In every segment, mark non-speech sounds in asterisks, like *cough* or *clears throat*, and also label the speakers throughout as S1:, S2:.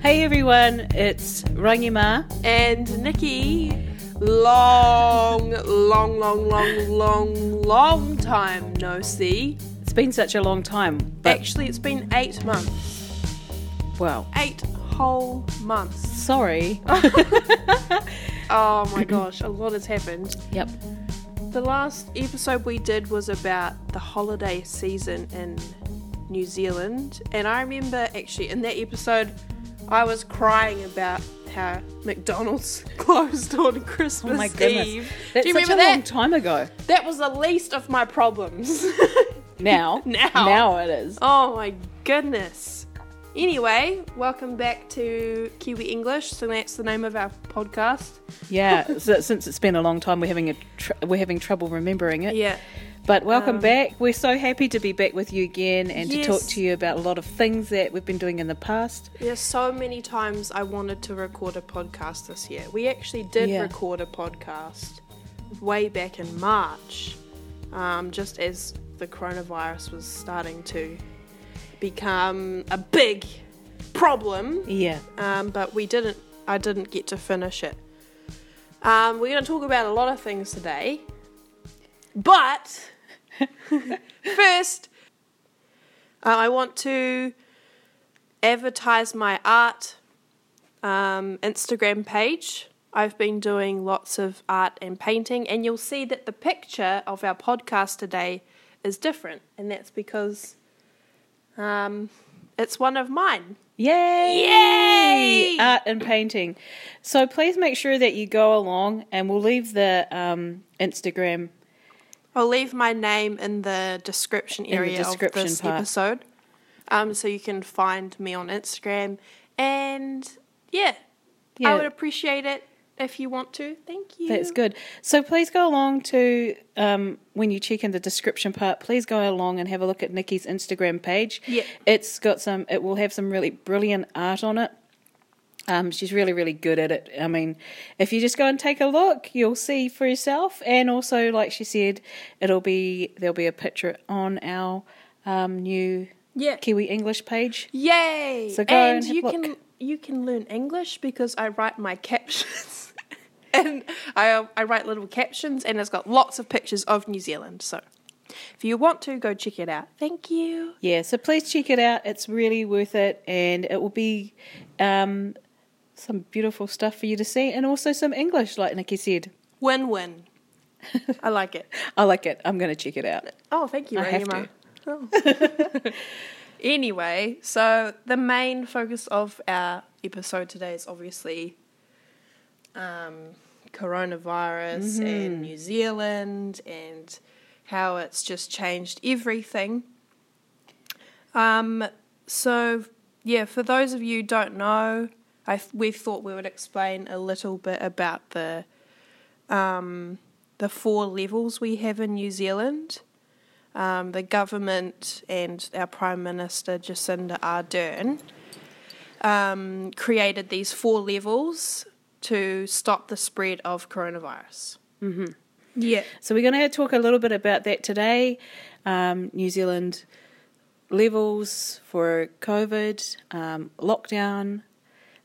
S1: Hey everyone, it's Rangima.
S2: and Nikki. Long, long, long, long, long, long time no see.
S1: It's been such a long time, but
S2: Actually, it's been eight months.
S1: well,
S2: Eight whole months. *laughs*
S1: sorry. *laughs*
S2: Oh my gosh, a lot has happened.
S1: yep.
S2: The last episode we did was about the holiday season in New Zealand, and I remember actually in that episode I was crying about how McDonald's *laughs* closed on Christmas
S1: Oh my goodness.
S2: Eve.
S1: That's
S2: Do you
S1: such
S2: remember
S1: a
S2: that?
S1: long time
S2: *laughs*
S1: ago.
S2: That was the least of my problems. *laughs*
S1: Now.
S2: Now.
S1: Now it is.
S2: oh my goodness. Anyway, welcome back to Kiwi English. So that's the name of our podcast.
S1: Yeah, so, since it's been a long time, we're having a tr- we're having trouble remembering it.
S2: Yeah.
S1: But welcome
S2: Um,
S1: back. We're so happy to be back with you again and to talk
S2: Yes.
S1: to you about a lot of things that we've been doing in the past.
S2: There's so many times I wanted to record a podcast this year. We actually did
S1: Yeah.
S2: record a podcast way back in March, um, just as the coronavirus was starting to become a big problem.
S1: Yeah.
S2: um, but we didn't. I didn't get to finish it. Um, we're going to talk about a lot of things today, but first, uh, I want to advertise my art um, Instagram page. I've been doing lots of art and painting, and you'll see that the picture of our podcast today is different, and that's because um, it's one of mine.
S1: Yay!
S2: Yay!
S1: Art and painting. So please make sure that you go along, and we'll leave the um, Instagram.
S2: I'll leave my name in the description
S1: the
S2: area
S1: description
S2: of this
S1: part.
S2: episode, um, so you can find me on Instagram. And yeah,
S1: Yeah.
S2: I would appreciate it if you want to. Thank you.
S1: That's good. So please go along to um, when you check in the description part. Please go along and have a look at Nikki's Instagram page.
S2: Yeah.
S1: it's got some. It will have some really brilliant art on it. Um, she's really, really good at it. I mean, if you just go and take a look, you'll see for yourself. And also, like she said, it'll be there'll be a picture on our um, new
S2: Yeah.
S1: Kiwi English page.
S2: Yay!
S1: So go
S2: and
S1: and have a
S2: you
S1: look.
S2: can you can learn English because I write my captions. *laughs* and I um, I write little captions and it's got lots of pictures of New Zealand. So if you want to go check it out. Thank you.
S1: Yeah, so please check it out. It's really worth it, and it will be um, some beautiful stuff for you to see, and also some English, like Nikki said. *laughs*
S2: Win-win. I like it.
S1: I like it. I'm going to check it out.
S2: Oh, thank you,
S1: I have
S2: Rahima. Oh. *laughs* anyway, so the main focus of our episode today is obviously um, coronavirus and New Zealand and how it's just changed everything. Um, so, yeah, for those of you who don't know, I th- we thought we would explain a little bit about the um, the four levels we have in New Zealand. Um, the government and our Prime Minister Jacinda Ardern um, created these four levels to stop the spread of coronavirus. Mm-hmm. Yeah.
S1: So we're going to talk a little bit about that today. Um, New Zealand levels for COVID, um, lockdown,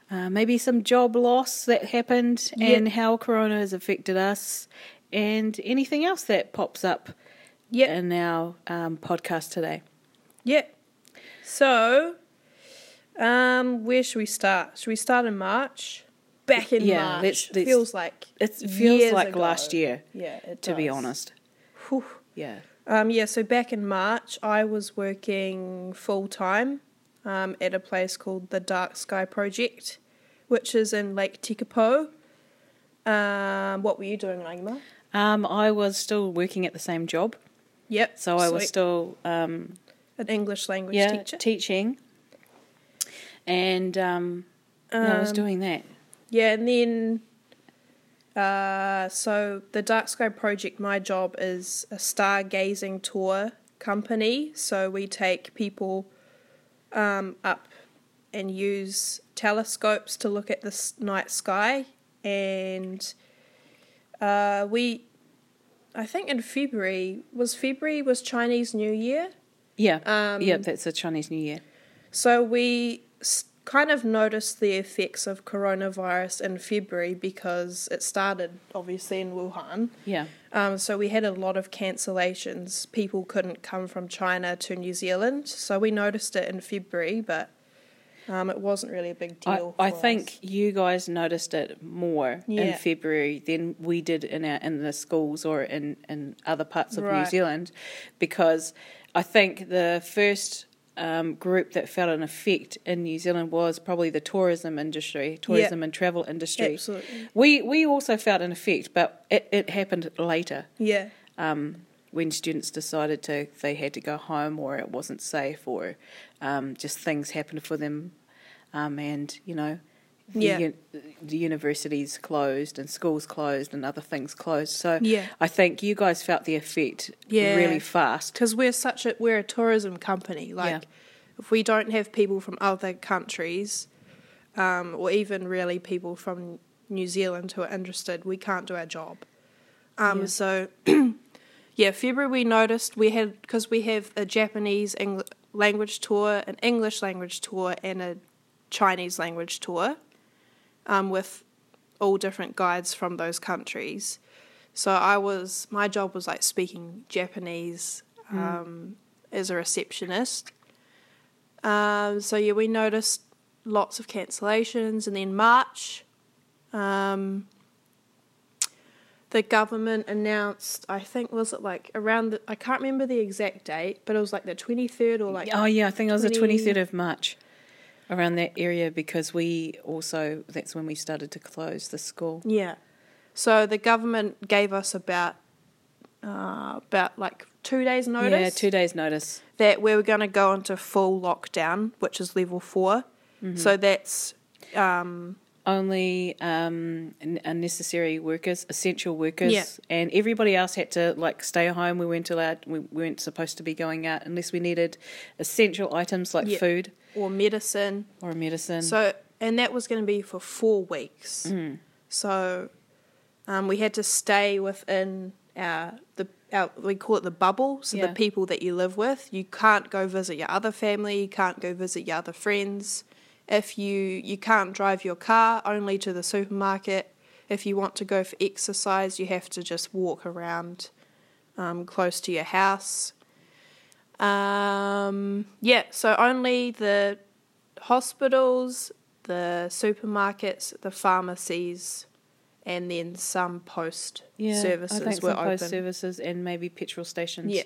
S1: uh, maybe some job loss that happened, and how Corona has affected us, and anything else that pops up
S2: Yeah.
S1: in our um, podcast today.
S2: Yeah. So, um, where should we start? Should we start in March? Back in
S1: Yeah,
S2: March.
S1: let's- let's-
S2: feels like
S1: It feels
S2: years
S1: like
S2: ago.
S1: last year,
S2: Yeah, it
S1: to be
S2: does.
S1: honest.
S2: Whew.
S1: Yeah.
S2: Um, yeah, so back in March, I was working full time um, at a place called the Dark Sky Project, which is in Lake Tekapo. Um, what were you doing, Langma?
S1: Um, I was still working at the same job,
S2: Yep.
S1: so I was
S2: sweet.
S1: still um,
S2: an English language
S1: yeah
S2: teacher.
S1: teaching, and um, yeah, I was
S2: Um,
S1: doing that.
S2: Yeah, and then uh, so the Dark Sky Project, my job is a stargazing tour company. So we take people um, up and use telescopes to look at the s- night sky. And uh, we, I think in February, was February was Chinese New Year?
S1: Yeah,
S2: Um,
S1: yeah, that's the Chinese New Year.
S2: So we s- kind of noticed the effects of coronavirus in February because it started obviously in Wuhan.
S1: Yeah.
S2: Um, so we had a lot of cancellations. People couldn't come from China to New Zealand. So we noticed it in February, but um, it wasn't really a big
S1: I,
S2: deal.
S1: I
S2: for
S1: think
S2: us.
S1: you guys noticed it more in
S2: Yeah.
S1: February than we did in our, in the schools or in, in other parts of New
S2: Right.
S1: Zealand, because I think the first um, group that felt an effect in New Zealand was probably the tourism industry, tourism and travel industry.
S2: Absolutely.
S1: We we also felt an effect, but it, it happened later
S2: Yeah.
S1: um, when students decided to they had to go home or it wasn't safe or um, just things happened for them, um, and you know, the,
S2: Yeah.
S1: un- the universities closed and schools closed and other things closed. So
S2: Yeah.
S1: I think you guys felt the effect
S2: Yeah.
S1: really fast.
S2: because we're such a we're a tourism company. Like, if we don't have people from other countries, um, or even really people from New Zealand who are interested, we can't do our job. Um,
S1: Yeah.
S2: So, *clears throat* yeah, February we noticed we had because we have a Japanese Eng- language tour, an English language tour, and a Chinese language tour, um, with all different guides from those countries. So I was my job was like speaking Japanese um, as a receptionist. Um, so yeah, we noticed lots of cancellations, and then March, um, the government announced. I think was it like around the I can't remember the exact date, but it was like the twenty third or like
S1: oh yeah, I think it was the
S2: 20
S1: twenty third of March. Around that area because we also that's when we started to close the school.
S2: Yeah. So the government gave us about uh, about like two days notice
S1: Yeah, two days notice.
S2: that we were going to go into full lockdown, which is level 4
S1: Mm-hmm.
S2: So that's um,
S1: only um, n- uh, necessary workers, essential workers,
S2: Yeah.
S1: and everybody else had to like stay home. We weren't allowed. We weren't supposed to be going out unless we needed essential items like
S2: Yeah.
S1: food
S2: or medicine.
S1: or medicine.
S2: So and that was going to be for four weeks. So um, we had to stay within our the our, we call it the bubble. So
S1: Yeah.
S2: the people that you live with, you can't go visit your other family. You can't go visit your other friends. If you you can't drive your car only to the supermarket. If you want to go for exercise, you have to just walk around um, close to your house. Um, yeah, so only the hospitals, the supermarkets, the pharmacies, and then some post
S1: yeah,
S2: services
S1: I think
S2: were
S1: some post
S2: open.
S1: services and maybe petrol stations.
S2: Yeah.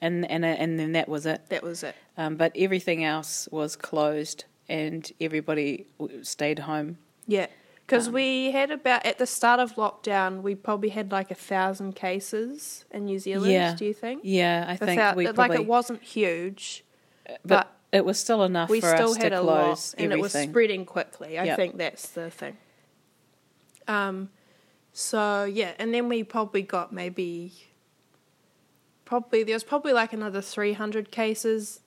S1: and and uh, and then that was it.
S2: that was it.
S1: Um, but everything else was closed, and everybody w- stayed home.
S2: Yeah,
S1: Um,
S2: because we had about at the start of lockdown, we probably had like a thousand cases in New Zealand.
S1: Yeah.
S2: Do you think?
S1: Yeah, I think
S2: Without-
S1: we
S2: like
S1: probably,
S2: it wasn't huge.
S1: but it was still enough
S2: we
S1: for
S2: still
S1: us
S2: had
S1: to
S2: a
S1: close
S2: lot and it was
S1: everything.
S2: spreading quickly i
S1: Yep.
S2: think that's the thing um so yeah and then we probably got maybe probably there was probably like another 300 cases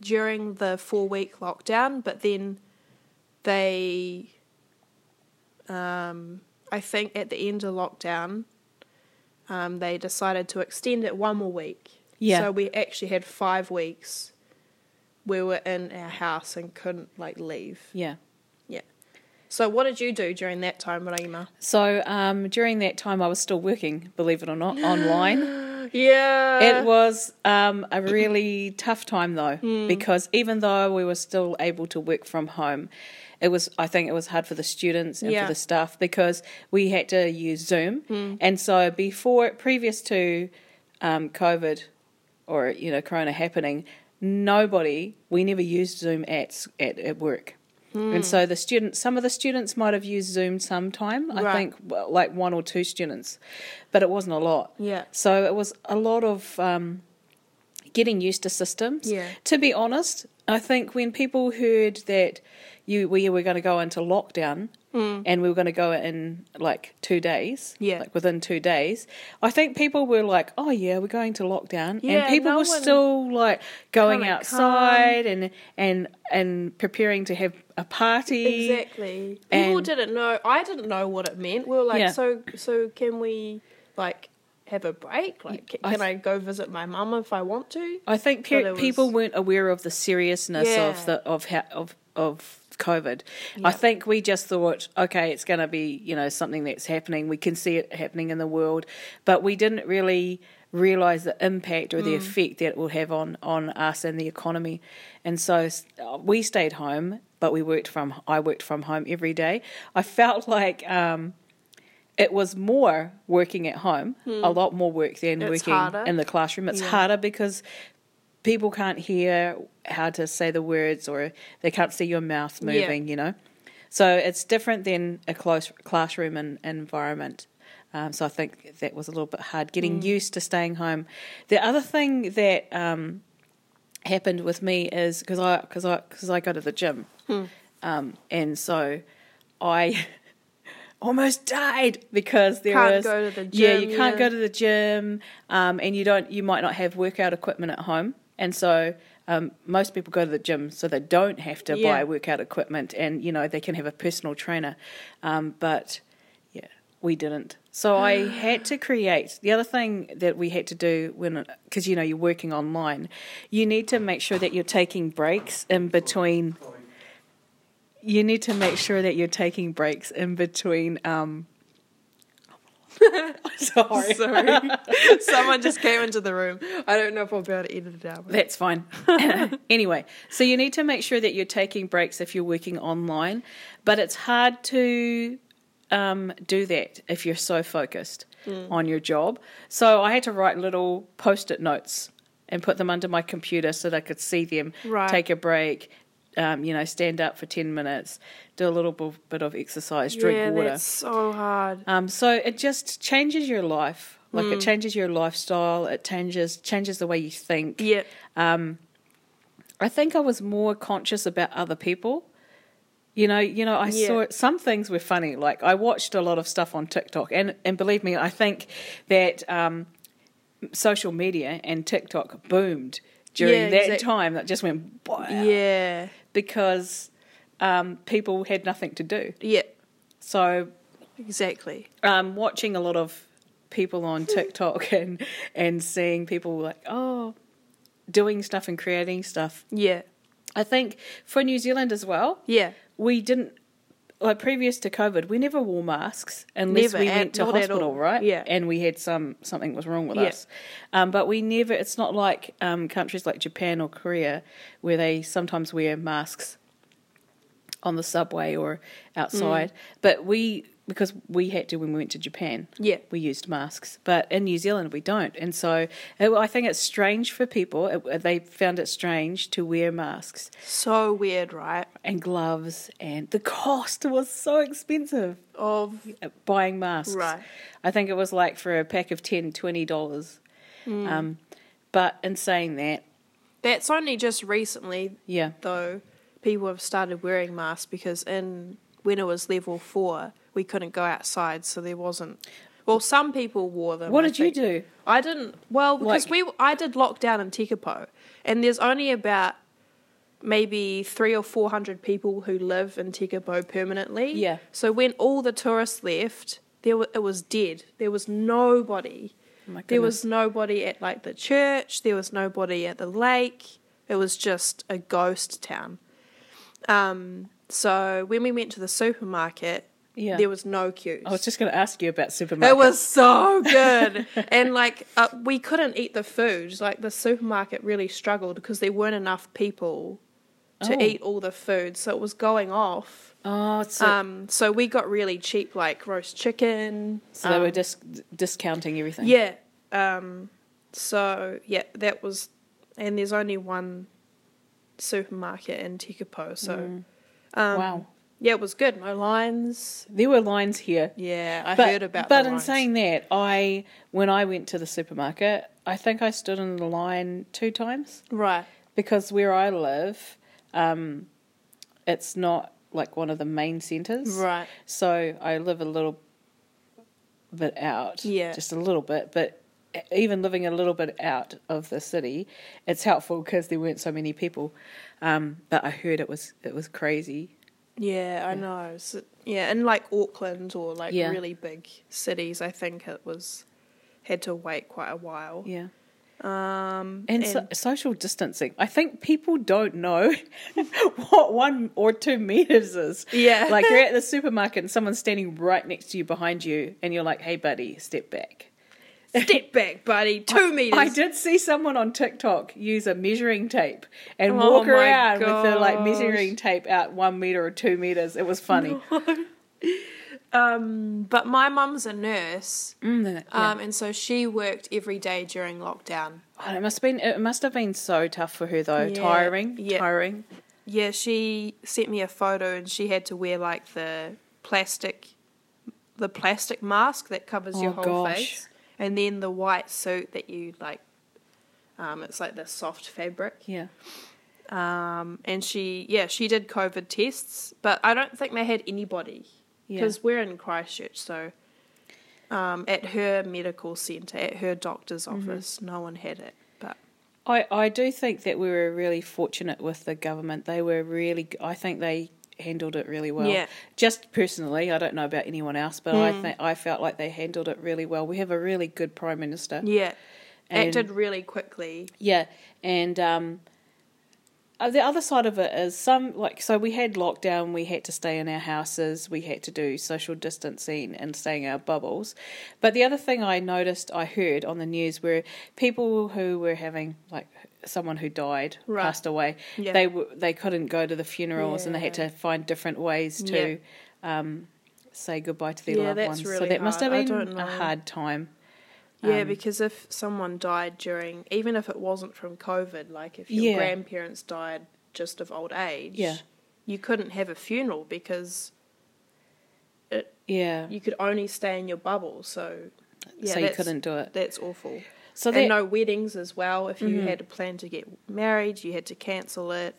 S2: during the four week lockdown but then they um i think at the end of lockdown um, they decided to extend it one more week
S1: Yeah.
S2: so we actually had five weeks we were in our house and couldn't like leave.
S1: yeah.
S2: Yeah. So what did you do during that time, Raima?
S1: So um, during that time, I was still working, believe it or not, online.
S2: Yeah.
S1: It was um,
S2: *clears throat*
S1: a really tough time though,
S2: Hmm.
S1: because even though we were still able to work from home, it was I think it was hard for the students and
S2: Yeah. Hmm.
S1: for the staff because we had to use Zoom, and so before previous to um, COVID or you know Corona happening, nobody we never used Zoom at s- at, at work.
S2: Hmm.
S1: And so the students, some of the students might have used Zoom sometime. I
S2: Right.
S1: think well, like one or two students, but it wasn't a lot.
S2: Yeah.
S1: So it was a lot of um, getting used to systems.
S2: Yeah.
S1: To be honest, I think when people heard that you we were going to go into lockdown and we were going to go in like two days,
S2: Mm. Yeah.
S1: like within two days, I think people were like, "Oh yeah, we're going to lockdown," and
S2: Yeah,
S1: people
S2: no
S1: were
S2: one-
S1: still like going
S2: Kinda
S1: outside and and and preparing to have a party.
S2: exactly.
S1: And-
S2: People didn't know. I didn't know what it meant. We were like,
S1: Yeah.
S2: so so can we like have a break? Like, c-
S1: I
S2: can I go visit my mum if I want to?
S1: I think
S2: So
S1: pe-
S2: there was-
S1: people weren't aware of the seriousness
S2: Yeah.
S1: of the of how, of of COVID.
S2: Yeah.
S1: I think we just thought, okay, it's going to be you know something that's happening. We can see it happening in the world, but we didn't really realize the impact or
S2: Mm.
S1: the effect that it will have on on us and the economy. And so s- uh, we stayed home, but we worked from I worked from home every day. I felt *laughs* like. Um, it was more working at home, a lot more work than
S2: Hmm. It's
S1: working
S2: harder.
S1: in the classroom. It's
S2: Yeah.
S1: harder because people can't hear how to say the words or they can't see your mouth
S2: Yeah.
S1: moving, you know. So it's different than a close classroom and environment. Um, so I think that was a little bit hard getting
S2: Hmm.
S1: used to staying home. The other thing that um, happened with me is because I because I because I go to the gym, um, and so I *laughs* almost died because there
S2: Can't
S1: was
S2: go to the
S1: yeah
S2: gym,
S1: you can't
S2: yeah.
S1: go to the gym, um, and you don't you might not have workout equipment at home, and so. Um, most people go to the gym so they don't have to
S2: Yeah.
S1: buy workout equipment and you know they can have a personal trainer um, but yeah, we didn't.
S2: *sighs*
S1: So I had to create. The other thing that we had to do when, because you know you're working online, you need to make sure that you're taking breaks in between. You need to make sure that you're taking breaks in between. Um, *laughs* sorry.
S2: *laughs* Sorry. Someone just came into the room. I don't know if I'll be able to edit it out.
S1: That's fine. *laughs* anyway, so you need to make sure that you're taking breaks if you're working online, but it's hard to um, do that if you're so focused
S2: Hmm.
S1: on your job. So I had to write little post it notes and put them under my computer so that I could see them,
S2: Right.
S1: take a break. Um, you know, stand up for 10 minutes, do a little b- bit of exercise, drink
S2: yeah,
S1: water.
S2: that's so hard.
S1: Um, so it just changes your life. Like
S2: Mm.
S1: it changes your lifestyle, it changes changes the way you think.
S2: Yeah.
S1: I think I was more conscious about other people. You know, you know, I
S2: Yeah.
S1: saw some things were funny. Like I watched a lot of stuff on TikTok, and and believe me, I think that um, social media and TikTok boomed during
S2: Yeah,
S1: that
S2: exact-
S1: time. That just went wow,
S2: Yeah.
S1: because um, people had nothing to do.
S2: Yeah.
S1: So
S2: Exactly.
S1: um, watching a lot of people on TikTok *laughs* and and seeing people like oh, doing stuff and creating stuff.
S2: Yeah.
S1: I think for New Zealand as well,
S2: Yeah.
S1: we didn't like previous to COVID, we never wore masks unless
S2: Never,
S1: we
S2: at-
S1: went to
S2: not at
S1: hospital,
S2: all.
S1: right?
S2: Yeah.
S1: and we had some something was wrong with
S2: Yeah.
S1: us. Um, but we never. It's not like um, countries like Japan or Korea where they sometimes wear masks on the subway or outside.
S2: Mm.
S1: But we because we had to when we went to Japan.
S2: Yeah.
S1: We used masks, but in New Zealand we don't, and so it, I think it's strange for people. It, they found it strange to wear masks
S2: So weird, right?
S1: and gloves, and the *laughs* cost was so expensive
S2: Of
S1: at buying masks.
S2: Right.
S1: I think it was like for a pack of 10 $20.
S2: Hmm.
S1: Um, but in saying that,
S2: that's only just recently
S1: yeah,
S2: though people have started wearing masks because in when it was level four we couldn't go outside so there wasn't well some people wore them
S1: What
S2: I
S1: did you
S2: think.
S1: do?
S2: i didn't well because
S1: Like-
S2: we i did lockdown in tekapo and there's only about maybe three or four hundred people who live in tekapo permanently
S1: Yeah.
S2: so when all the tourists left there wa- it was dead there was nobody
S1: Oh my
S2: there was nobody at like the church. There was nobody at the lake. It was just a ghost town. Um, so when we went to the supermarket,
S1: Yeah.
S2: there was no queues.
S1: I was just going to ask you about supermarkets.
S2: it
S1: *laughs*
S2: was so good, and like uh, we couldn't eat the food. Like the supermarket really struggled because there weren't enough people to
S1: Oh.
S2: eat all the food, so it was going off.
S1: Oh, so,
S2: Um, so we got really cheap, like roast chicken.
S1: so they
S2: um,
S1: were dis- discounting everything.
S2: yeah. Um, so yeah, that was, and there's only one supermarket in Tekapo. So um,
S1: wow.
S2: yeah, it was good. No lines.
S1: There were lines here.
S2: Yeah, I heard about.
S1: But
S2: the
S1: in
S2: lines.
S1: saying that, I when I went to the supermarket, I think I stood in the line two times.
S2: right,
S1: because where I live, um, it's not like one of the main centres.
S2: right,
S1: So I live a little bit out.
S2: Yeah.
S1: Just a little bit. But e-, even living a little bit out of the city, it's helpful because there weren't so many people. Um, but I heard it was it was crazy.
S2: yeah, I know. So, yeah, in like Auckland or like
S1: Yeah.
S2: really big cities, I think it was had to wait quite a while.
S1: Yeah.
S2: Um,
S1: And, so- social distancing. I think people don't know *laughs* what one or two meters is.
S2: Yeah.
S1: Like you're
S2: *laughs*
S1: at the supermarket and someone's standing right next to you behind you, and you're like, hey, buddy, step back.
S2: *laughs* step back, buddy. Two meters.
S1: I did see someone on TikTok use a measuring tape and
S2: Oh
S1: walk
S2: my
S1: around with their like
S2: gosh.
S1: measuring tape out one meter or two meters. It was funny.
S2: Um, but my mum's a nurse,
S1: Mm, yeah.
S2: um, and so she worked every day during lockdown.
S1: Oh, it must been it must have been so tough for her though.
S2: Yeah,
S1: Tiring,
S2: yeah.
S1: tiring.
S2: Yeah, she sent me a photo, and she had to wear like the plastic, the plastic mask that covers your
S1: Oh,
S2: whole
S1: gosh.
S2: face, and then the white suit that you like. Um, it's like the soft fabric.
S1: Yeah.
S2: Um, and she, yeah, she did COVID tests, but I don't think they had anybody
S1: Yeah.
S2: because we're in Christchurch, so um, at her medical centre, at her doctor's
S1: Mm-hmm.
S2: office, no one had it. But
S1: I, I do think that we were really fortunate with the government. They were really, g- I think they handled it really well.
S2: Yeah.
S1: Just personally, I don't know about anyone else, but I think I felt like they handled it really well. We have a really good prime minister.
S2: yeah,
S1: And-
S2: acted really quickly.
S1: Yeah, and um, uh, the other side of it is some like so we had lockdown, we had to stay in our houses, we had to do social distancing and staying in our bubbles. But the other thing I noticed, I heard on the news, were people who were having like someone who died
S2: Right.
S1: passed away,
S2: Yeah.
S1: they were they couldn't go to the funerals and they had
S2: Yeah.
S1: to find different ways to. Um, Say goodbye to their
S2: Yeah,
S1: loved
S2: that's
S1: ones. so
S2: really
S1: that must have
S2: hard. I
S1: been
S2: don't
S1: a
S2: know.
S1: hard time. Um,
S2: Yeah, because if someone died during, even if it wasn't from COVID, like if your
S1: Yeah.
S2: grandparents died just of old age,
S1: Yeah.
S2: you couldn't have a funeral because it,
S1: Yeah,
S2: you could only stay in your bubble. So yeah,
S1: so you
S2: that's-
S1: couldn't do it.
S2: That's awful.
S1: So
S2: and
S1: that, Mm-hmm.
S2: no weddings as well. If you had a plan to get married, you had to cancel it.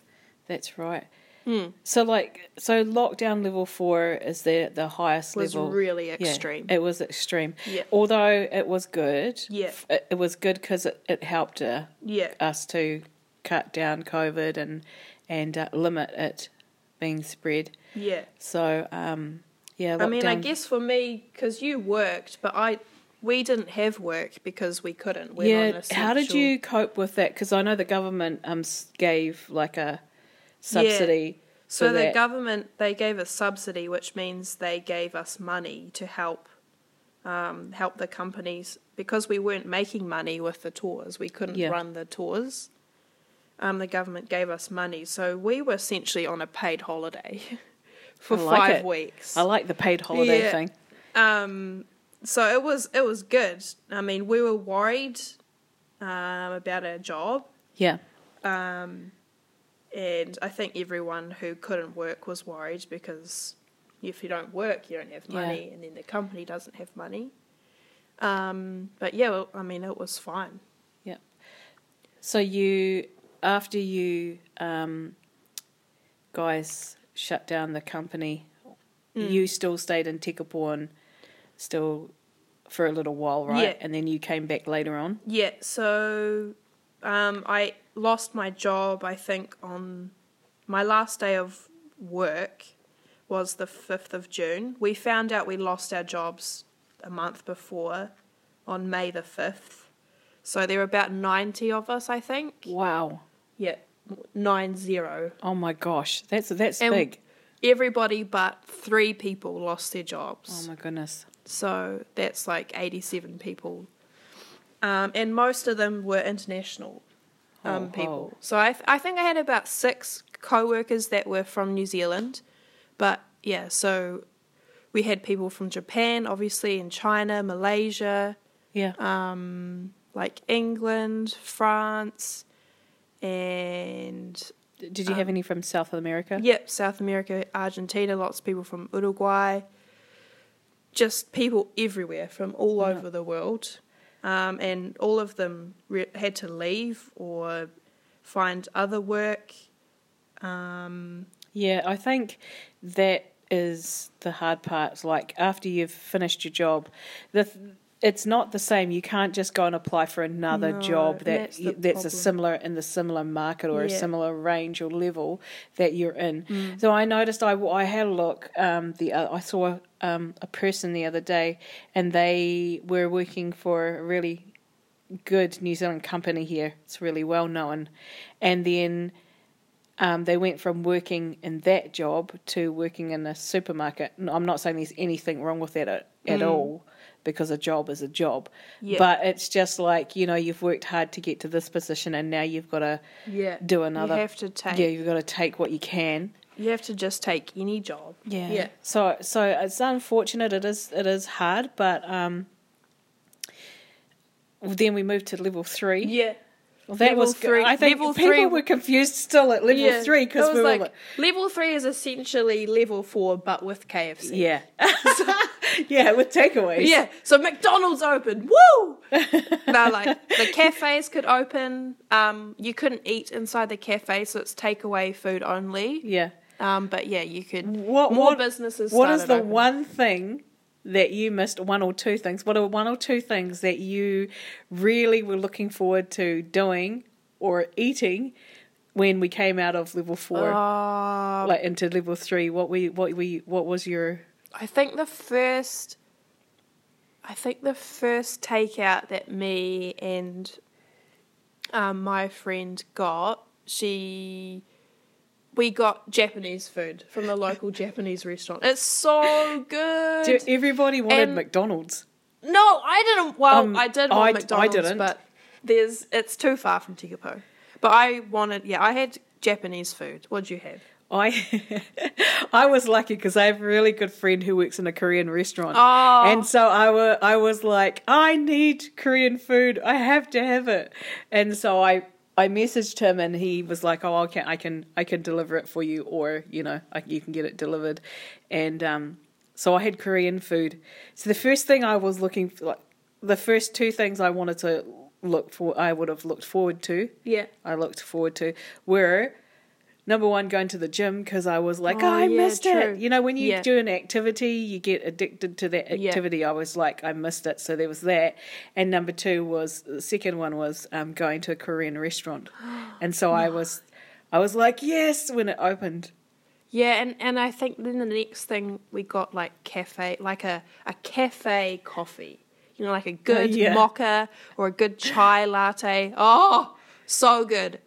S1: That's right.
S2: Hmm.
S1: So like so lockdown level four is the the highest
S2: Was
S1: level.
S2: really
S1: Yeah,
S2: extreme.
S1: it was extreme.
S2: Yeah.
S1: Although it was good.
S2: Yeah.
S1: f- It, it was good because it, it helped uh,
S2: Yeah,
S1: us to cut down COVID and and uh, limit it being spread.
S2: yeah.
S1: So um yeah.
S2: I mean, I
S1: lockdown-
S2: guess for me, because you worked, but I we didn't have work because we couldn't. We're
S1: Yeah.
S2: not
S1: How did
S2: essential.
S1: you cope with that? Because I know the government um s- gave like a subsidy.
S2: So
S1: for
S2: the
S1: that.
S2: government they gave a subsidy, which means they gave us money to help um, help the companies because we weren't making money with the tours. We couldn't
S1: Yeah.
S2: run the tours. Um, the government gave us money, so we were essentially on a paid holiday *laughs* for
S1: I like
S2: five
S1: it.
S2: weeks.
S1: I like the paid holiday
S2: Yeah.
S1: thing.
S2: Um, so it was it was good. I mean, we were worried um, about our job,
S1: Yeah.
S2: um, and I think everyone who couldn't work was worried because if you don't work, you don't have
S1: Yeah.
S2: money, and then the company doesn't have money. Um, but yeah, well, I mean, it was fine.
S1: Yep. So you, after you um, guys shut down the company,
S2: Mm.
S1: you still stayed in Tekaporn, still for a little while, right?
S2: Yeah.
S1: And then you came back later on.
S2: Yeah, so um, I lost my job, I think, on my last day of work was the 5th of June. We found out we lost our jobs a month before on May the 5th. So there were about 90 of us, I think.
S1: Wow.
S2: Yeah, 9 0.
S1: Oh my gosh, that's that's
S2: And
S1: big.
S2: everybody but three people lost their jobs.
S1: Oh my goodness.
S2: So that's like 87 people. Um, and most of them were international um,
S1: Oh,
S2: people.
S1: oh.
S2: So I, th- I think I had about six co workers that were from New Zealand. But yeah, so we had people from Japan, obviously, and China, Malaysia,
S1: Yeah.
S2: um, like England, France, and
S1: D- Did you have
S2: um,
S1: any from South America?
S2: Yep, South America, Argentina, lots of people from Uruguay. Just people everywhere from all
S1: Yeah.
S2: over the world. Um, and all of them re- had to leave or find other work. Um,
S1: Yeah, I think that is the hard part. Like after you've finished your job, the th- it's not the same. You can't just go and apply for another
S2: No,
S1: job that that's,
S2: that's the
S1: that's a
S2: problem.
S1: similar in the similar market or
S2: Yeah. Mm.
S1: a similar range or level that you're in. So I noticed I, I had a look. Um, the uh, I saw um, a person the other day, and they were working for a really good New Zealand company here. It's really well known, and then um, they went from working in that job to working in a supermarket. No, I'm not saying there's anything wrong with that at, at all, because a job is a job.
S2: Mm. Yeah.
S1: But it's just like you know you've worked hard to get to this position, and now you've got to
S2: Yeah.
S1: do another.
S2: You have to take.
S1: yeah, you've got to take what you can.
S2: You have to just take any job.
S1: Yeah.
S2: Yeah.
S1: So so it's unfortunate. It is it is hard, but um. Then we moved to level three.
S2: Yeah.
S1: Well, that
S2: Level
S1: was good.
S2: three-
S1: I think
S2: level
S1: people
S2: three-
S1: were confused still at level
S2: yeah.
S1: three
S2: It
S1: because
S2: was
S1: we were
S2: like,
S1: like,
S2: level three is essentially level four, but with KFC.
S1: yeah, *laughs* yeah, with takeaways.
S2: Yeah, so McDonald's open.
S1: *laughs*
S2: Woo! now, like the cafes could open. Um, you couldn't eat inside the cafe, so it's takeaway food only.
S1: yeah.
S2: Um, but yeah, you could.
S1: What
S2: more
S1: what,
S2: businesses.
S1: what is
S2: started
S1: the
S2: open.
S1: one thing that you missed? One or two things. What are one or two things that you really were looking forward to doing or eating when we came out of level four,
S2: Uh,
S1: like into level three? What we what we what was your
S2: I think the first. I think the first takeout that me and um, my friend got, she. We got Japanese food from
S1: *laughs*
S2: a local Japanese restaurant. It's so good.
S1: Do- everybody wanted
S2: And-
S1: McDonald's?
S2: No, I didn't. Well,
S1: Um,
S2: I did
S1: I-
S2: want
S1: I
S2: McDonald's,
S1: didn't.
S2: but there's it's too far from Tekapo. But I wanted, yeah, I had Japanese food. What'd you have?
S1: I *laughs* I was lucky because I have a really good friend who works in a Korean restaurant.
S2: Oh.
S1: And so I were I was like, I need Korean food. I have to have it. And so I I messaged him and he was like, "Oh, I can I can I can deliver it for you or, you know, I, you can get it delivered." And um so I had Korean food. So the first thing I was looking for like the first two things I wanted to look for I would have looked forward to
S2: Yeah.
S1: I looked forward to were number one going to the gym because I was like,
S2: Oh,
S1: oh, I
S2: yeah,
S1: missed
S2: true.
S1: it. You know, when you
S2: Yeah.
S1: do an activity, you get addicted to that
S2: Yeah.
S1: activity. I was like, I missed it. So there was that. And number two was the second one was um, going to a Korean
S2: *gasps*
S1: restaurant, and so I was, I was like, yes, when it opened.
S2: Yeah, and, and I think then the next thing we got like cafe, like a, a cafe coffee. You know, like a good
S1: Oh, yeah.
S2: mocha or a good chai latte. Oh, so good.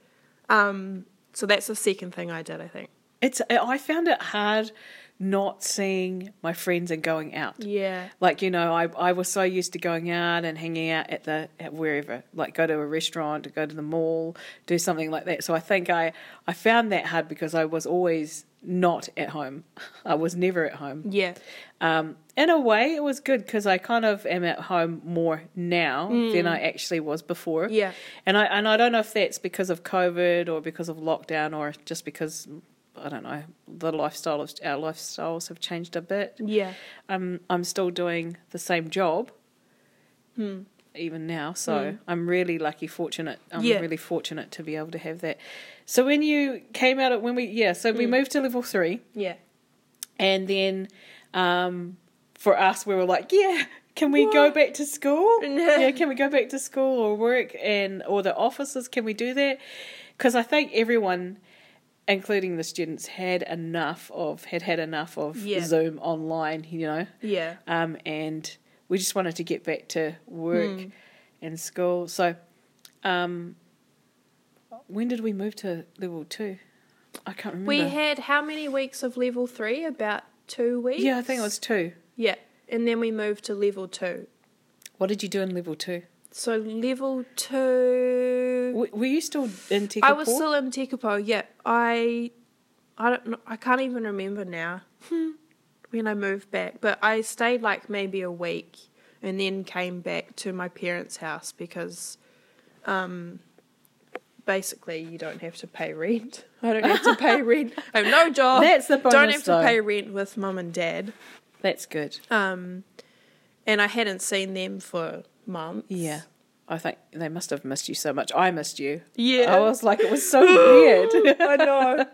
S2: Um, so that's the second thing I did, I think.
S1: It's I found it hard not seeing my friends and going out.
S2: Yeah.
S1: like you know I, I was so used to going out and hanging out at the at wherever like go to a restaurant go to the mall do something like that so i think i i found that hard because i was always not at home *laughs* i was never at home
S2: Yeah.
S1: um, in a way it was good because i kind of am at home more now than i actually was before
S2: Yeah.
S1: and i and i don't know if that's because of covid or because of lockdown or just because i don't know the lifestyle of our lifestyles have changed a bit
S2: Yeah.
S1: I'm I'm still doing the same job,
S2: Hmm.
S1: even now. So I'm really lucky, fortunate. I'm
S2: Yeah.
S1: really fortunate to be able to have that. So when you came out, of, when we yeah, so
S2: Hmm.
S1: we moved to level three,
S2: Yeah.
S1: and then um, for us, we were like, yeah, can we go
S2: What?
S1: back to
S2: *laughs*
S1: school? yeah, can we go back to school or work and or the offices? Can we do that? Because I think everyone. Including the students had enough of had had enough of
S2: Yeah.
S1: Zoom online, you know,
S2: Yeah.
S1: um, and we just wanted to get back to work
S2: Hmm.
S1: and school. So, um, when did we move to level two? I can't remember.
S2: We had how many weeks of level three? About two weeks.
S1: yeah, I think it was two.
S2: Yeah, and then we moved to level two.
S1: What did you do in level two?
S2: So level two.
S1: W- were you still in Tekapo?
S2: I was still in Tekapo. Yeah, I, I don't know. I can't even remember now *laughs* when I moved back. But I stayed like maybe a week, and then came back to my parents' house because, um, basically you don't have to pay rent. *laughs* I don't have to pay
S1: *laughs*
S2: rent. I have no job.
S1: That's the bonus.
S2: don't have to
S1: though.
S2: pay rent with mum and dad.
S1: That's good.
S2: Um, and I hadn't seen them for months.
S1: Yeah. I think they must have missed you so much. I missed you.
S2: Yeah.
S1: I was like, it was so *laughs*
S2: *laughs*
S1: weird.
S2: I know.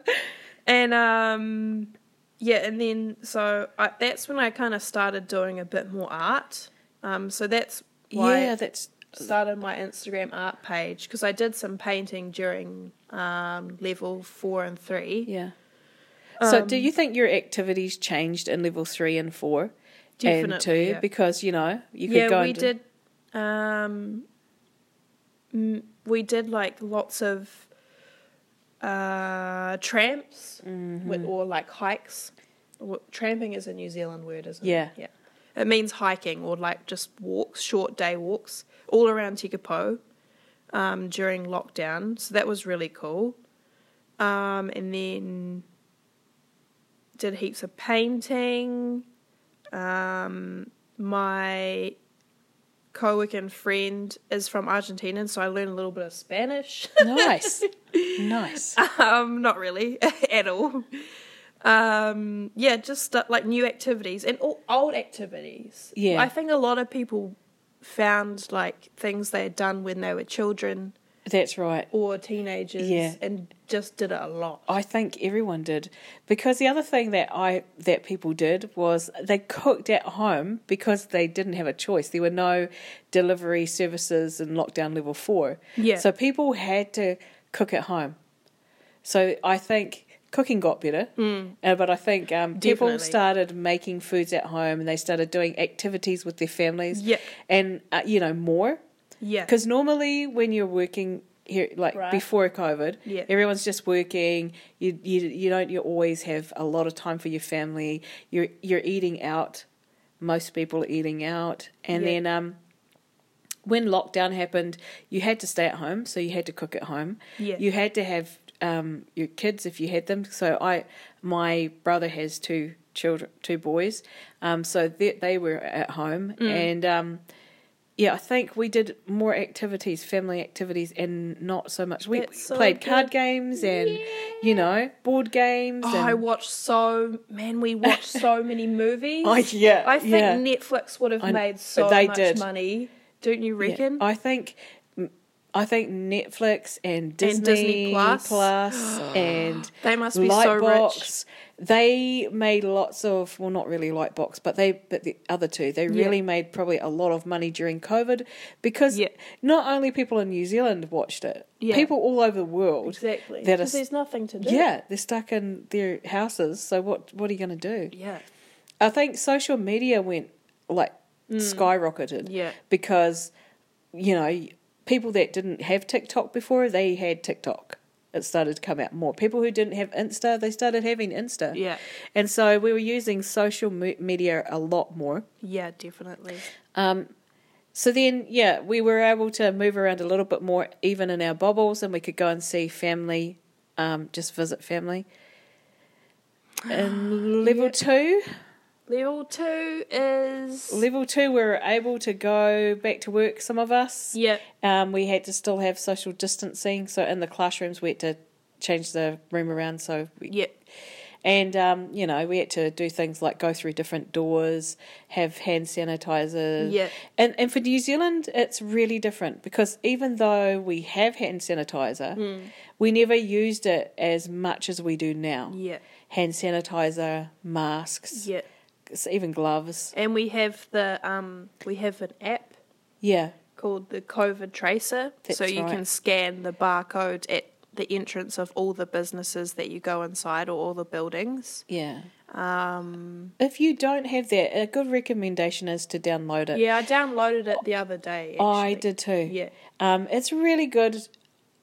S2: And um, yeah, and then so I, that's when I kind of started doing a bit more art. Um, so that's why
S1: yeah, that's
S2: started my Instagram art page because I did some painting during um, level four and three.
S1: yeah. so,
S2: Um,
S1: do you think your activities changed in level three and four, and two?
S2: Definitely, yeah.
S1: Because you know you could
S2: yeah,
S1: go.
S2: we
S1: into,
S2: did. Um, m- we did like lots of uh, tramps with, or like hikes. Wha- Tramping is a New Zealand word, isn't
S1: Yeah.
S2: it? Yeah. It means hiking or like just walks, short day walks, all around Tekapo um, during lockdown. So that was really cool. Um, and then did heaps of painting. Um, my co-worker and friend is from Argentina, and so I learned a little bit of Spanish. *laughs*
S1: nice, nice.
S2: um, not really *laughs* at all. Um, yeah, just stu- like new activities and all old activities.
S1: Yeah.
S2: I think a lot of people found like things they had done when they were children
S1: That's right.
S2: or teenagers,
S1: Yeah.
S2: and just did it a lot.
S1: I think everyone did because the other thing that I that people did was they cooked at home because they didn't have a choice. There were no delivery services in lockdown level 4.
S2: Yeah.
S1: So people had to cook at home. So I think cooking got better. Mm. but I think um, people
S2: Definitely.
S1: started making foods at home and they started doing activities with their families
S2: Yeah.
S1: and uh, you know more
S2: Yeah,
S1: because normally when you're working here, like
S2: Right.
S1: before COVID,
S2: Yeah.
S1: everyone's just working. You you you don't you always have a lot of time for your family. You're you're eating out. Most people are eating out, and
S2: Yeah.
S1: then um, when lockdown happened, you had to stay at home, so you had to cook at home.
S2: Yeah.
S1: You had to have um, your kids if you had them. So I, my brother has two children, two boys, um, so they, they were at home,
S2: Mm.
S1: and um, yeah, I think we did more activities, family activities, and not so much. We
S2: That's so
S1: played
S2: good.
S1: card games and you know board games.
S2: Oh,
S1: and,
S2: I watched so man, we
S1: *laughs*
S2: watched so many movies.
S1: Oh, yeah,
S2: I think
S1: yeah.
S2: Netflix would have
S1: I-
S2: made so
S1: they
S2: much
S1: did.
S2: money. Don't you
S1: Yeah,
S2: reckon?
S1: I think I think Netflix and Disney,
S2: Disney Plus.
S1: Plus,
S2: *gasps*
S1: and
S2: They must be so rich.
S1: Lightbox. They made lots of well, not really Lightbox, but they but the other two they
S2: Yeah.
S1: really made probably a lot of money during COVID because
S2: Yeah.
S1: not only people in New Zealand watched it,
S2: Yeah.
S1: people all over the world
S2: exactly.
S1: that
S2: Because
S1: is
S2: there's nothing to do.
S1: yeah they're stuck in their houses. So what what are you going to do?
S2: Yeah.
S1: I think social media went like skyrocketed.
S2: Mm. Yeah.
S1: Because, you know, people that didn't have TikTok before, they had TikTok. It started to come out more. People who didn't have Insta, they started having Insta.
S2: Yeah.
S1: And so we were using social me- media a lot more.
S2: Yeah, definitely.
S1: So then, yeah, we were able to move around a little bit more, even in our bubbles, and we could go and see family, um, just visit family. And level two,
S2: Level two is
S1: Level two, we were able to go back to work, some of us.
S2: Yeah.
S1: Um, we had to still have social distancing. So in the classrooms, we had to change the room around. So, we,
S2: Yeah.
S1: and, um, you know, we had to do things like go through different doors, have hand sanitizer.
S2: Yeah.
S1: And, and for New Zealand, it's really different because even though we have hand sanitizer,
S2: Hmm.
S1: we never used it as much as we do now.
S2: Yeah.
S1: Hand sanitizer, masks,
S2: Yeah.
S1: even gloves.
S2: And we have the um we have an app
S1: Yeah.
S2: called the COVID Tracer.
S1: That's
S2: so you can
S1: right.
S2: scan the barcode at the entrance of all the businesses that you go inside or all the buildings.
S1: Yeah.
S2: Um
S1: If you don't have that, a good recommendation is to download it.
S2: Yeah, I downloaded it the other day.
S1: I
S2: actually.
S1: did too.
S2: Yeah.
S1: Um, it's really good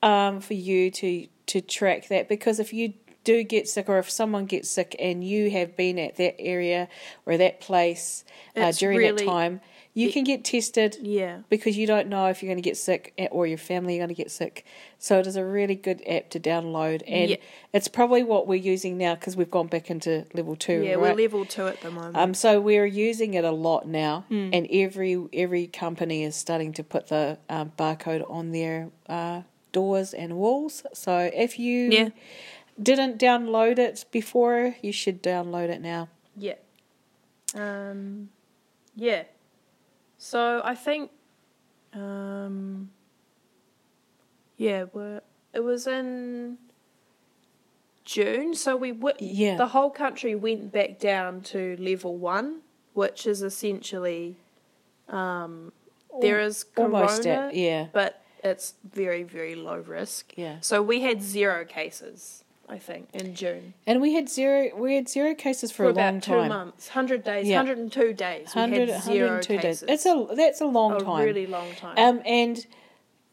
S1: um, for you to to track that because if you do get sick or if someone gets sick and you have been at that area or that place uh,
S2: It's
S1: during
S2: really-
S1: that time, you can get tested
S2: Yeah.
S1: because you don't know if you're going to get sick or your family are going to get sick. So it is a really good app to download, and
S2: Yeah.
S1: it's probably what we're using now because we've gone back into level two.
S2: Yeah,
S1: right?
S2: we're level two at the moment.
S1: Um, so we're using it a lot now,
S2: Mm.
S1: and every every company is starting to put the um, barcode on their uh, doors and walls. So if you
S2: Yeah.
S1: didn't download it before, you should download it now.
S2: Yeah. Um, yeah. So I think, um, yeah, we're, it was in June. So we w-
S1: Yeah.
S2: the whole country went back down to level one, which is essentially um, there is corona,
S1: Almost at, yeah.
S2: but it's very very low risk.
S1: Yeah.
S2: So we had zero cases, I think, in June
S1: And we had zero we had zero cases for, a
S2: about
S1: long
S2: two
S1: time.
S2: months, hundred days,
S1: Yeah.
S2: hundred and two days. We
S1: 100,
S2: had zero
S1: 102
S2: cases.
S1: days. It's a that's a long
S2: a
S1: time.
S2: really long time.
S1: Um, and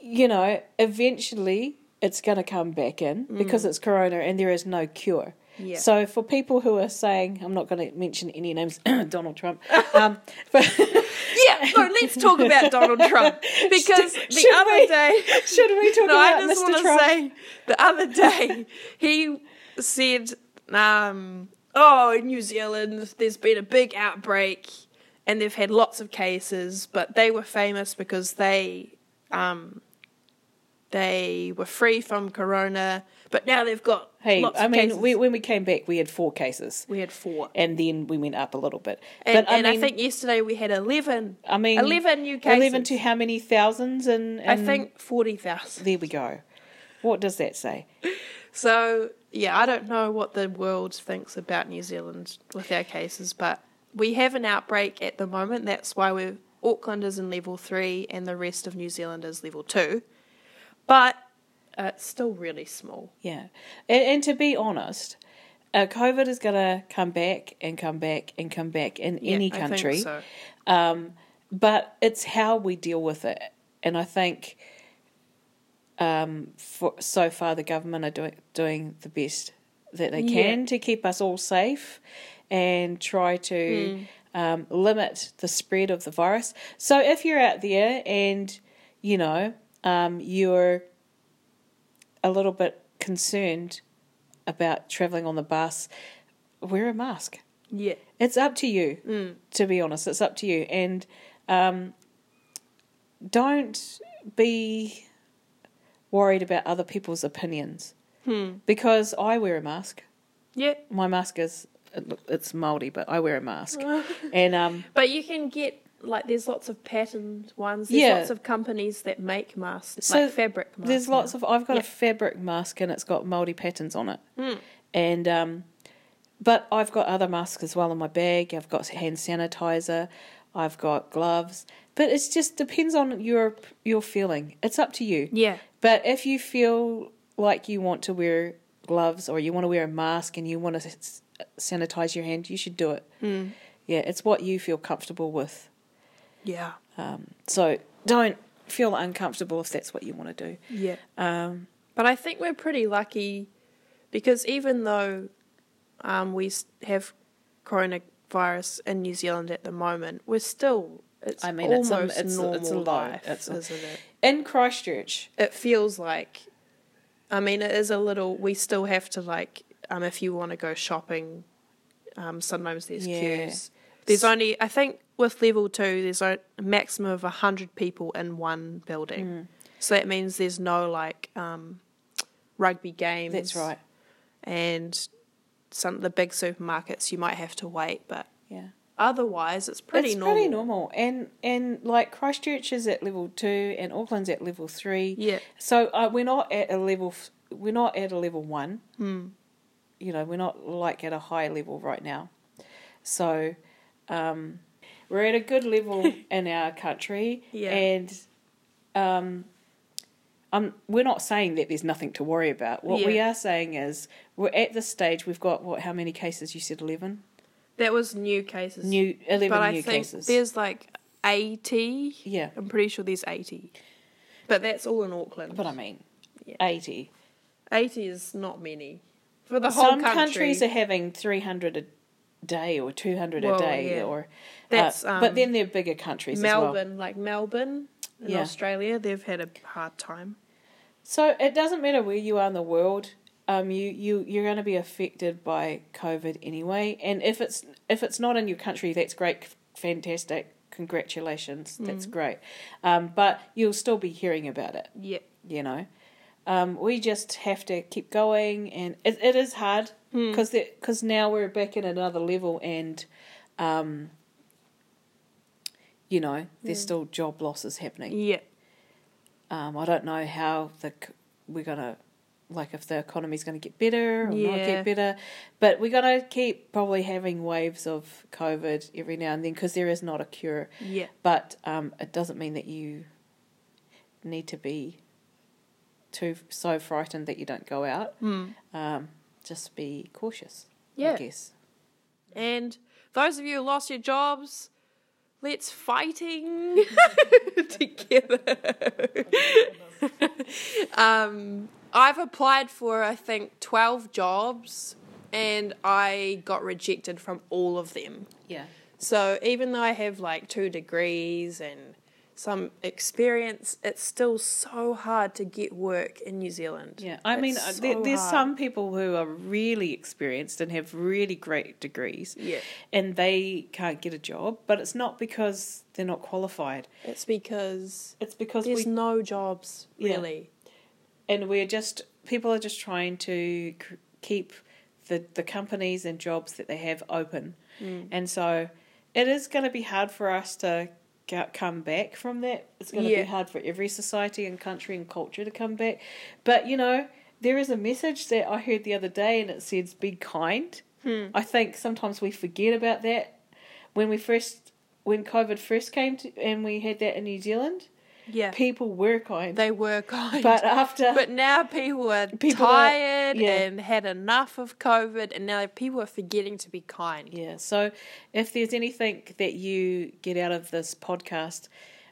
S1: you know, eventually it's going to come back in because it's corona and there is no cure.
S2: Mm. Yeah.
S1: So for people who are saying, I'm not going to mention any names, *coughs* Donald
S2: *laughs*
S1: Trump. Um, but *laughs*
S2: yeah, no, let's talk about Donald Trump because the
S1: should
S2: other
S1: we-
S2: day.
S1: *laughs* should we talk
S2: No, I
S1: about
S2: just
S1: Mr.
S2: want
S1: Trump?
S2: to say the other day he said, um, "Oh, in New Zealand, there's been a big outbreak, and they've had lots of cases, but they were famous because they um, they were free from corona, but now they've got
S1: hey,
S2: lots
S1: I
S2: of cases.
S1: mean, we, when we came back, we had four cases,
S2: we had four."
S1: and then we went up a little bit.
S2: And,
S1: but I
S2: and
S1: mean,
S2: I think yesterday we had 11.
S1: I mean,
S2: 11 new cases.
S1: eleven to how many thousands? And,
S2: I
S1: and
S2: think 40,000.
S1: there we go. What does that say?
S2: So yeah, I don't know what the world thinks about New Zealand with our cases, but we have an outbreak at the moment. That's why we're Auckland is in level three, and the rest of New Zealand is level two. But uh, it's still really small.
S1: Yeah. And, and to be honest, uh, COVID is going to come back and come back and come back in
S2: Yeah,
S1: any
S2: I think
S1: country.
S2: so.
S1: Um, but it's how we deal with it. And I think um, for, so far the government are doing, doing the best that they
S2: Yeah.
S1: can to keep us all safe and try to um, limit the spread of the virus. So if you're out there and, you know, um, you're a little bit concerned about traveling on the bus, wear a mask.
S2: Yeah,
S1: It's up to you, to be honest. It's up to you. And um, don't be worried about other people's opinions. Because I wear a mask.
S2: yeah.
S1: My mask is, it look- it's mouldy, but I wear a mask. and um,
S2: But you can get like there's lots of patterned ones. There's
S1: Yeah.
S2: lots of companies that make masks,
S1: So
S2: like fabric masks.
S1: There's lots of. I've got
S2: Yeah. Hmm.
S1: a fabric mask and it's got mouldy patterns on it. And um, but I've got other masks as well in my bag. I've got hand sanitizer. I've got gloves. But it just depends on your your feeling. It's up to you.
S2: Yeah,
S1: But if you feel like you want to wear gloves or you want to wear a mask and you want to s- sanitize your hand, you should do it.
S2: Hmm.
S1: Yeah, it's what you feel comfortable with.
S2: yeah,
S1: Um, so don't feel uncomfortable if that's what you want to do.
S2: yeah.
S1: Um,
S2: But I think we're pretty lucky because even though um, we s- have coronavirus in New Zealand at the moment, we're still it's
S1: I mean, it's
S2: almost
S1: a- it's a-
S2: normal
S1: it's a low-
S2: life,
S1: it's a-
S2: isn't it?
S1: in Christchurch.
S2: It feels like, I mean, it is a little. We still have to like, um, if you want to go shopping, um, sometimes there's
S1: Yeah.
S2: queues. There's only, I think, with level two, there's a maximum of hundred people in one building.
S1: Hmm.
S2: So that means there's no like um, rugby games.
S1: That's right.
S2: and some the big supermarkets you might have to wait, but
S1: Yeah,
S2: otherwise it's pretty
S1: it's
S2: normal.
S1: pretty normal. And and like Christchurch is at level two, and Auckland's at level three.
S2: Yeah.
S1: So uh, we're not at a level. f- We're not at a level one.
S2: Hmm.
S1: You know, we're not like at a high level right now. So, um, we're at a good
S2: *laughs*
S1: level in our country.
S2: Yeah.
S1: And, um. Um, we're not saying that there's nothing to worry about. What we
S2: Yeah.
S1: are saying is we're at this stage. We've got what? How many cases? You said eleven.
S2: That was new cases.
S1: new uh, 11
S2: but I
S1: new
S2: think
S1: cases.
S2: there's like eighty.
S1: yeah,
S2: I'm pretty sure there's eighty. But that's all in Auckland.
S1: but I mean,
S2: Yeah.
S1: 80.
S2: eighty is not many. For the whole
S1: Some
S2: country.
S1: countries are having 300 a day or 200
S2: Well,
S1: a day
S2: yeah.
S1: or
S2: That's,
S1: uh, but
S2: um,
S1: then they're bigger countries as well.
S2: Melbourne, like Melbourne in
S1: Yeah.
S2: Australia, they've had a hard time.
S1: So it doesn't matter where you are in the world. Um, you you you're going to be affected by COVID anyway. And if it's if it's not in your country, that's great, f- fantastic, congratulations, that's
S2: Mm.
S1: great. Um, but you'll still be hearing about it.
S2: Yeah.
S1: you know um, we just have to keep going and it, it is hard because because now we're back in another level and um, you know there's still job losses happening
S2: Yeah.
S1: um, i don't know how the c- we're gonna like if the economy's going to get better or not
S2: Yeah.
S1: get better. But we're going to keep probably having waves of COVID every now and then because there is not a cure.
S2: Yeah.
S1: But um, it doesn't mean that you need to be too so frightened that you don't go out. Um, just be cautious. I
S2: Hmm. Yeah.
S1: guess.
S2: And those of you who lost your jobs, let's fighting *laughs* together. *laughs* um, I've applied for I think twelve jobs, and I got rejected from all of them.
S1: Yeah.
S2: So even though I have like two degrees and some experience, it's still so hard to get work in New Zealand.
S1: Yeah, I
S2: It's
S1: mean, uh, there,
S2: so
S1: there's
S2: hard.
S1: some people who are really experienced and have really great degrees,
S2: Yeah.
S1: and they can't get a job. But it's not because they're not qualified;
S2: It's because
S1: it's because
S2: there's
S1: we
S2: no jobs
S1: Yeah.
S2: really.
S1: and we're just people are just trying to c- keep the the companies and jobs that they have open,
S2: Mm.
S1: and so it is going to be hard for us to go- come back from that. It's going to
S2: Yeah.
S1: be hard for every society and country and culture to come back, but you know. There is a message that I heard the other day, and it says, "Be kind."
S2: Hmm.
S1: I think sometimes we forget about that when we first, when COVID first came to, and we had that in New Zealand.
S2: Yeah.
S1: People were kind,
S2: They were *laughs* kind.
S1: but after
S2: But now people are
S1: People are-
S2: tired
S1: yeah.
S2: and had enough of COVID, and now people are forgetting to be kind.
S1: Yeah. So if there's anything that you get out of this podcast,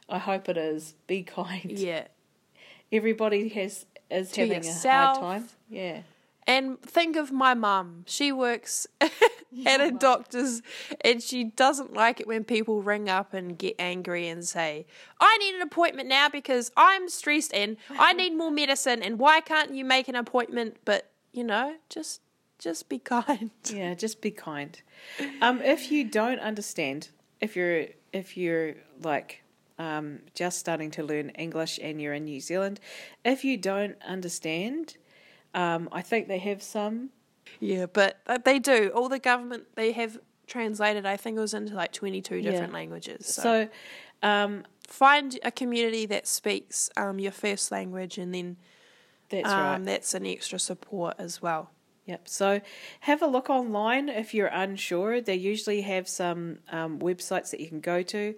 S1: I hope it is be *laughs* kind.
S2: Yeah.
S1: Everybody has is
S2: To
S1: having
S2: yourself.
S1: a hard time. Yeah.
S2: And think of my mum. She works *laughs*
S1: *laughs*
S2: at a doctor's and she doesn't like it when people ring up and get angry and say, I need an appointment now because I'm stressed and
S1: *laughs*
S2: I need more medicine and why can't you make an appointment? But, you know, just just be *laughs* kind.
S1: Yeah, just be kind. Um if you don't understand, if you're if you're like um just starting to learn English and you're in New Zealand, if you don't understand, um I think they have some
S2: Yeah, but uh, they do. All the government they have translated, I think it was into like 22
S1: Yeah.
S2: different languages. So,
S1: so um
S2: find a community that speaks um, your first language and then
S1: that's
S2: um,
S1: right.
S2: that's an extra support as well.
S1: Yep. So have a look online if you're unsure. They usually have some um, websites that you can go to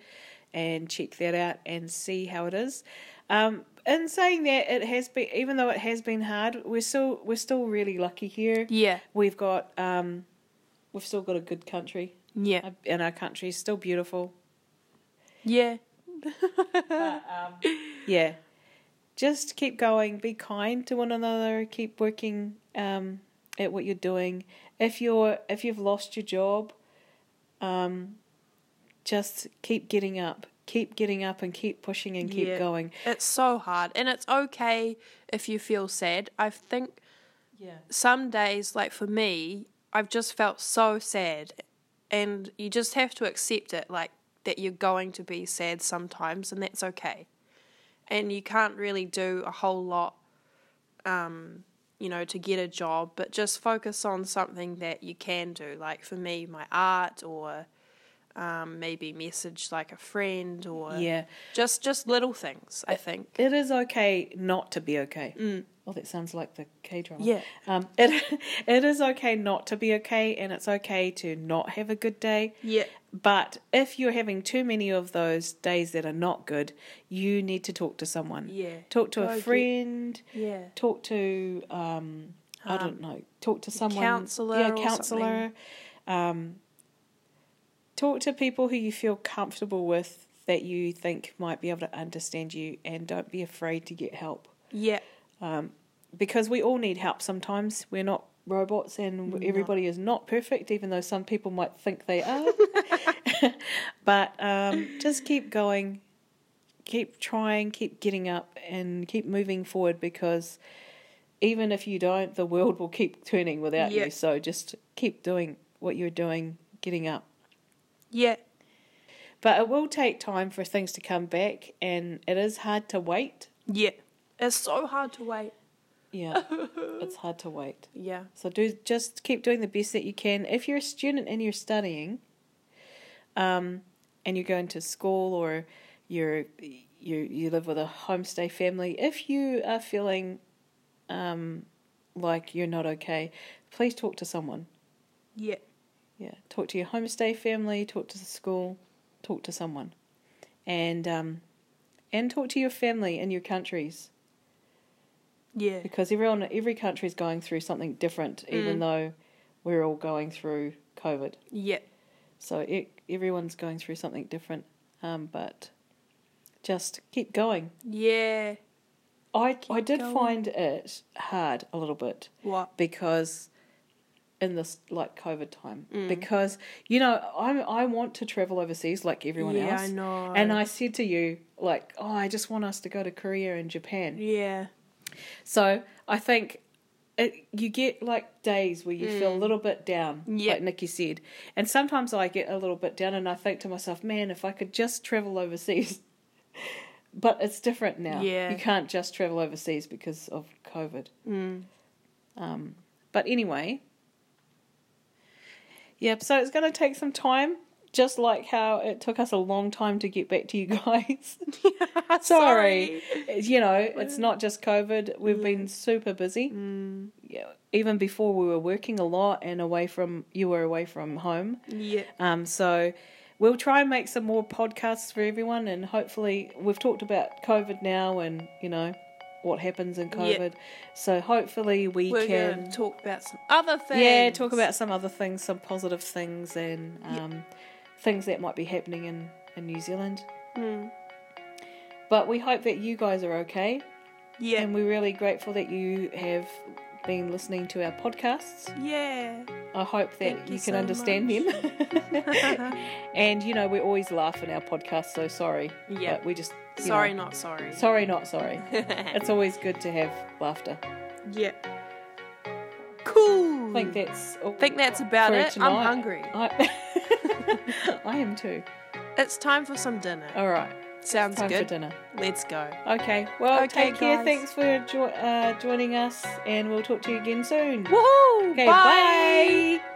S1: and check that out and see how it is. Um, in saying that, it has been even though it has been hard, we're still we're still really lucky here.
S2: Yeah.
S1: We've got um, we've still got a good country,
S2: Yeah.
S1: and our country's still beautiful.
S2: Yeah.
S1: Yeah. Just keep going. Be kind to one another. Keep working um, at what you're doing. If you're if you've lost your job, um, just keep getting up. Keep getting up and keep pushing and keep
S2: Yeah.
S1: going.
S2: It's so hard. And it's okay if you feel sad. I think
S1: Yeah.
S2: some days, like for me, I've just felt so sad. And you just have to accept it, like that you're going to be sad sometimes, and that's okay. And you can't really do a whole lot, um, you know, to get a job, but just focus on something that you can do. Like for me, my art, or um, maybe message like a friend, or
S1: Yeah.
S2: just just little things, I think.
S1: It is okay not to be okay. Mm. Oh, that sounds like the K drama.
S2: Yeah.
S1: Um, *laughs* it, it is okay not to be okay, and it's okay to not have a good day.
S2: Yeah.
S1: But if you're having too many of those days that are not good, you need to talk to someone.
S2: Yeah.
S1: Talk to
S2: Go
S1: a
S2: get-
S1: friend.
S2: Yeah.
S1: Talk to um, I don't know. Talk to someone.
S2: counsellor
S1: Yeah,
S2: or
S1: counselor. Um, talk to people who you feel comfortable with that you think might be able to understand you, and don't be afraid to get help
S2: Yeah.
S1: because we all need help sometimes. We're not robots and everybody is not perfect, even though some people might think they are. *laughs* but um, just keep going, keep trying, keep getting up, and keep moving forward because even if you don't, the world will keep turning without
S2: Yeah.
S1: you. So just keep doing what you're doing, getting up.
S2: Yeah.
S1: But it will take time for things to come back, and it is hard to wait.
S2: Yeah. It's so hard to wait.
S1: Yeah, it's hard to wait.
S2: Yeah.
S1: So do just keep doing the best that you can. If you're a student and you're studying, um, and you're going to school or you're you you live with a homestay family, if you are feeling um, like you're not okay, please talk to someone.
S2: Yeah.
S1: Yeah, talk to your homestay family, talk to the school, talk to someone, and um, and talk to your family in your countries
S2: Yeah.
S1: because everyone, every country is going through something different, even
S2: Mm.
S1: though we're all going through COVID.
S2: Yeah.
S1: So e everyone's going through something different, um, but just keep going.
S2: Yeah.
S1: I I
S2: Keep
S1: did
S2: going.
S1: find it hard a little bit
S2: What?
S1: because in this like COVID time,
S2: Mm.
S1: because you know I I want to travel overseas like everyone
S2: yeah,
S1: else,
S2: I know.
S1: and I said to you like, oh, I just want us to go to Korea and Japan. *laughs*
S2: Yeah.
S1: So I think it, you get like days where you
S2: Mm.
S1: feel a little bit down,
S2: Yeah.
S1: like Nikki said. And sometimes I get a little bit down and I think to myself, man, if I could just travel overseas. *laughs* but it's different now.
S2: Yeah.
S1: You can't just travel overseas because of COVID.
S2: Mm.
S1: Um, but anyway, yep. So it's going to take some time, just like how it took us a long time to get back to you *laughs* guys. Sorry. you know, it's not just COVID. We've been super busy.
S2: Mm.
S1: Yeah, even before we were working a lot and away from you were away from home.
S2: Yeah.
S1: Um, so we'll try and make some more podcasts for everyone, and hopefully, we've talked about COVID now, and you know. What happens in
S2: Yeah.
S1: COVID? So hopefully we
S2: We're
S1: can
S2: gonna talk about some other things.
S1: yeah, talk about some other things, some positive things, and um, things that might be happening in, in New Zealand.
S2: Mm.
S1: But we hope that you guys are okay,
S2: Yeah.
S1: and we're really grateful that you have been listening to our podcasts.
S2: Yeah.
S1: I hope that
S2: Thank
S1: you,
S2: you
S1: can
S2: so
S1: understand them. *laughs* and you know, we always laugh in our podcast, so sorry.
S2: Yeah.
S1: But we just you
S2: Sorry,
S1: know,
S2: not sorry. *laughs*
S1: sorry, not sorry. it's always good to have laughter.
S2: yeah. Cool.
S1: I think that's all
S2: Mm. Think that's about
S1: for
S2: it.
S1: tonight. Oh.
S2: I'm hungry.
S1: I, *laughs* I am too.
S2: It's time for some dinner.
S1: All right.
S2: Sounds
S1: Oh, time
S2: good.
S1: for dinner.
S2: Let's go.
S1: Okay. Well,
S2: Okay,
S1: take care.
S2: guys.
S1: Thanks for jo- uh, joining us, and we'll talk to you again soon.
S2: Woohoo!
S1: Okay.
S2: bye.
S1: bye.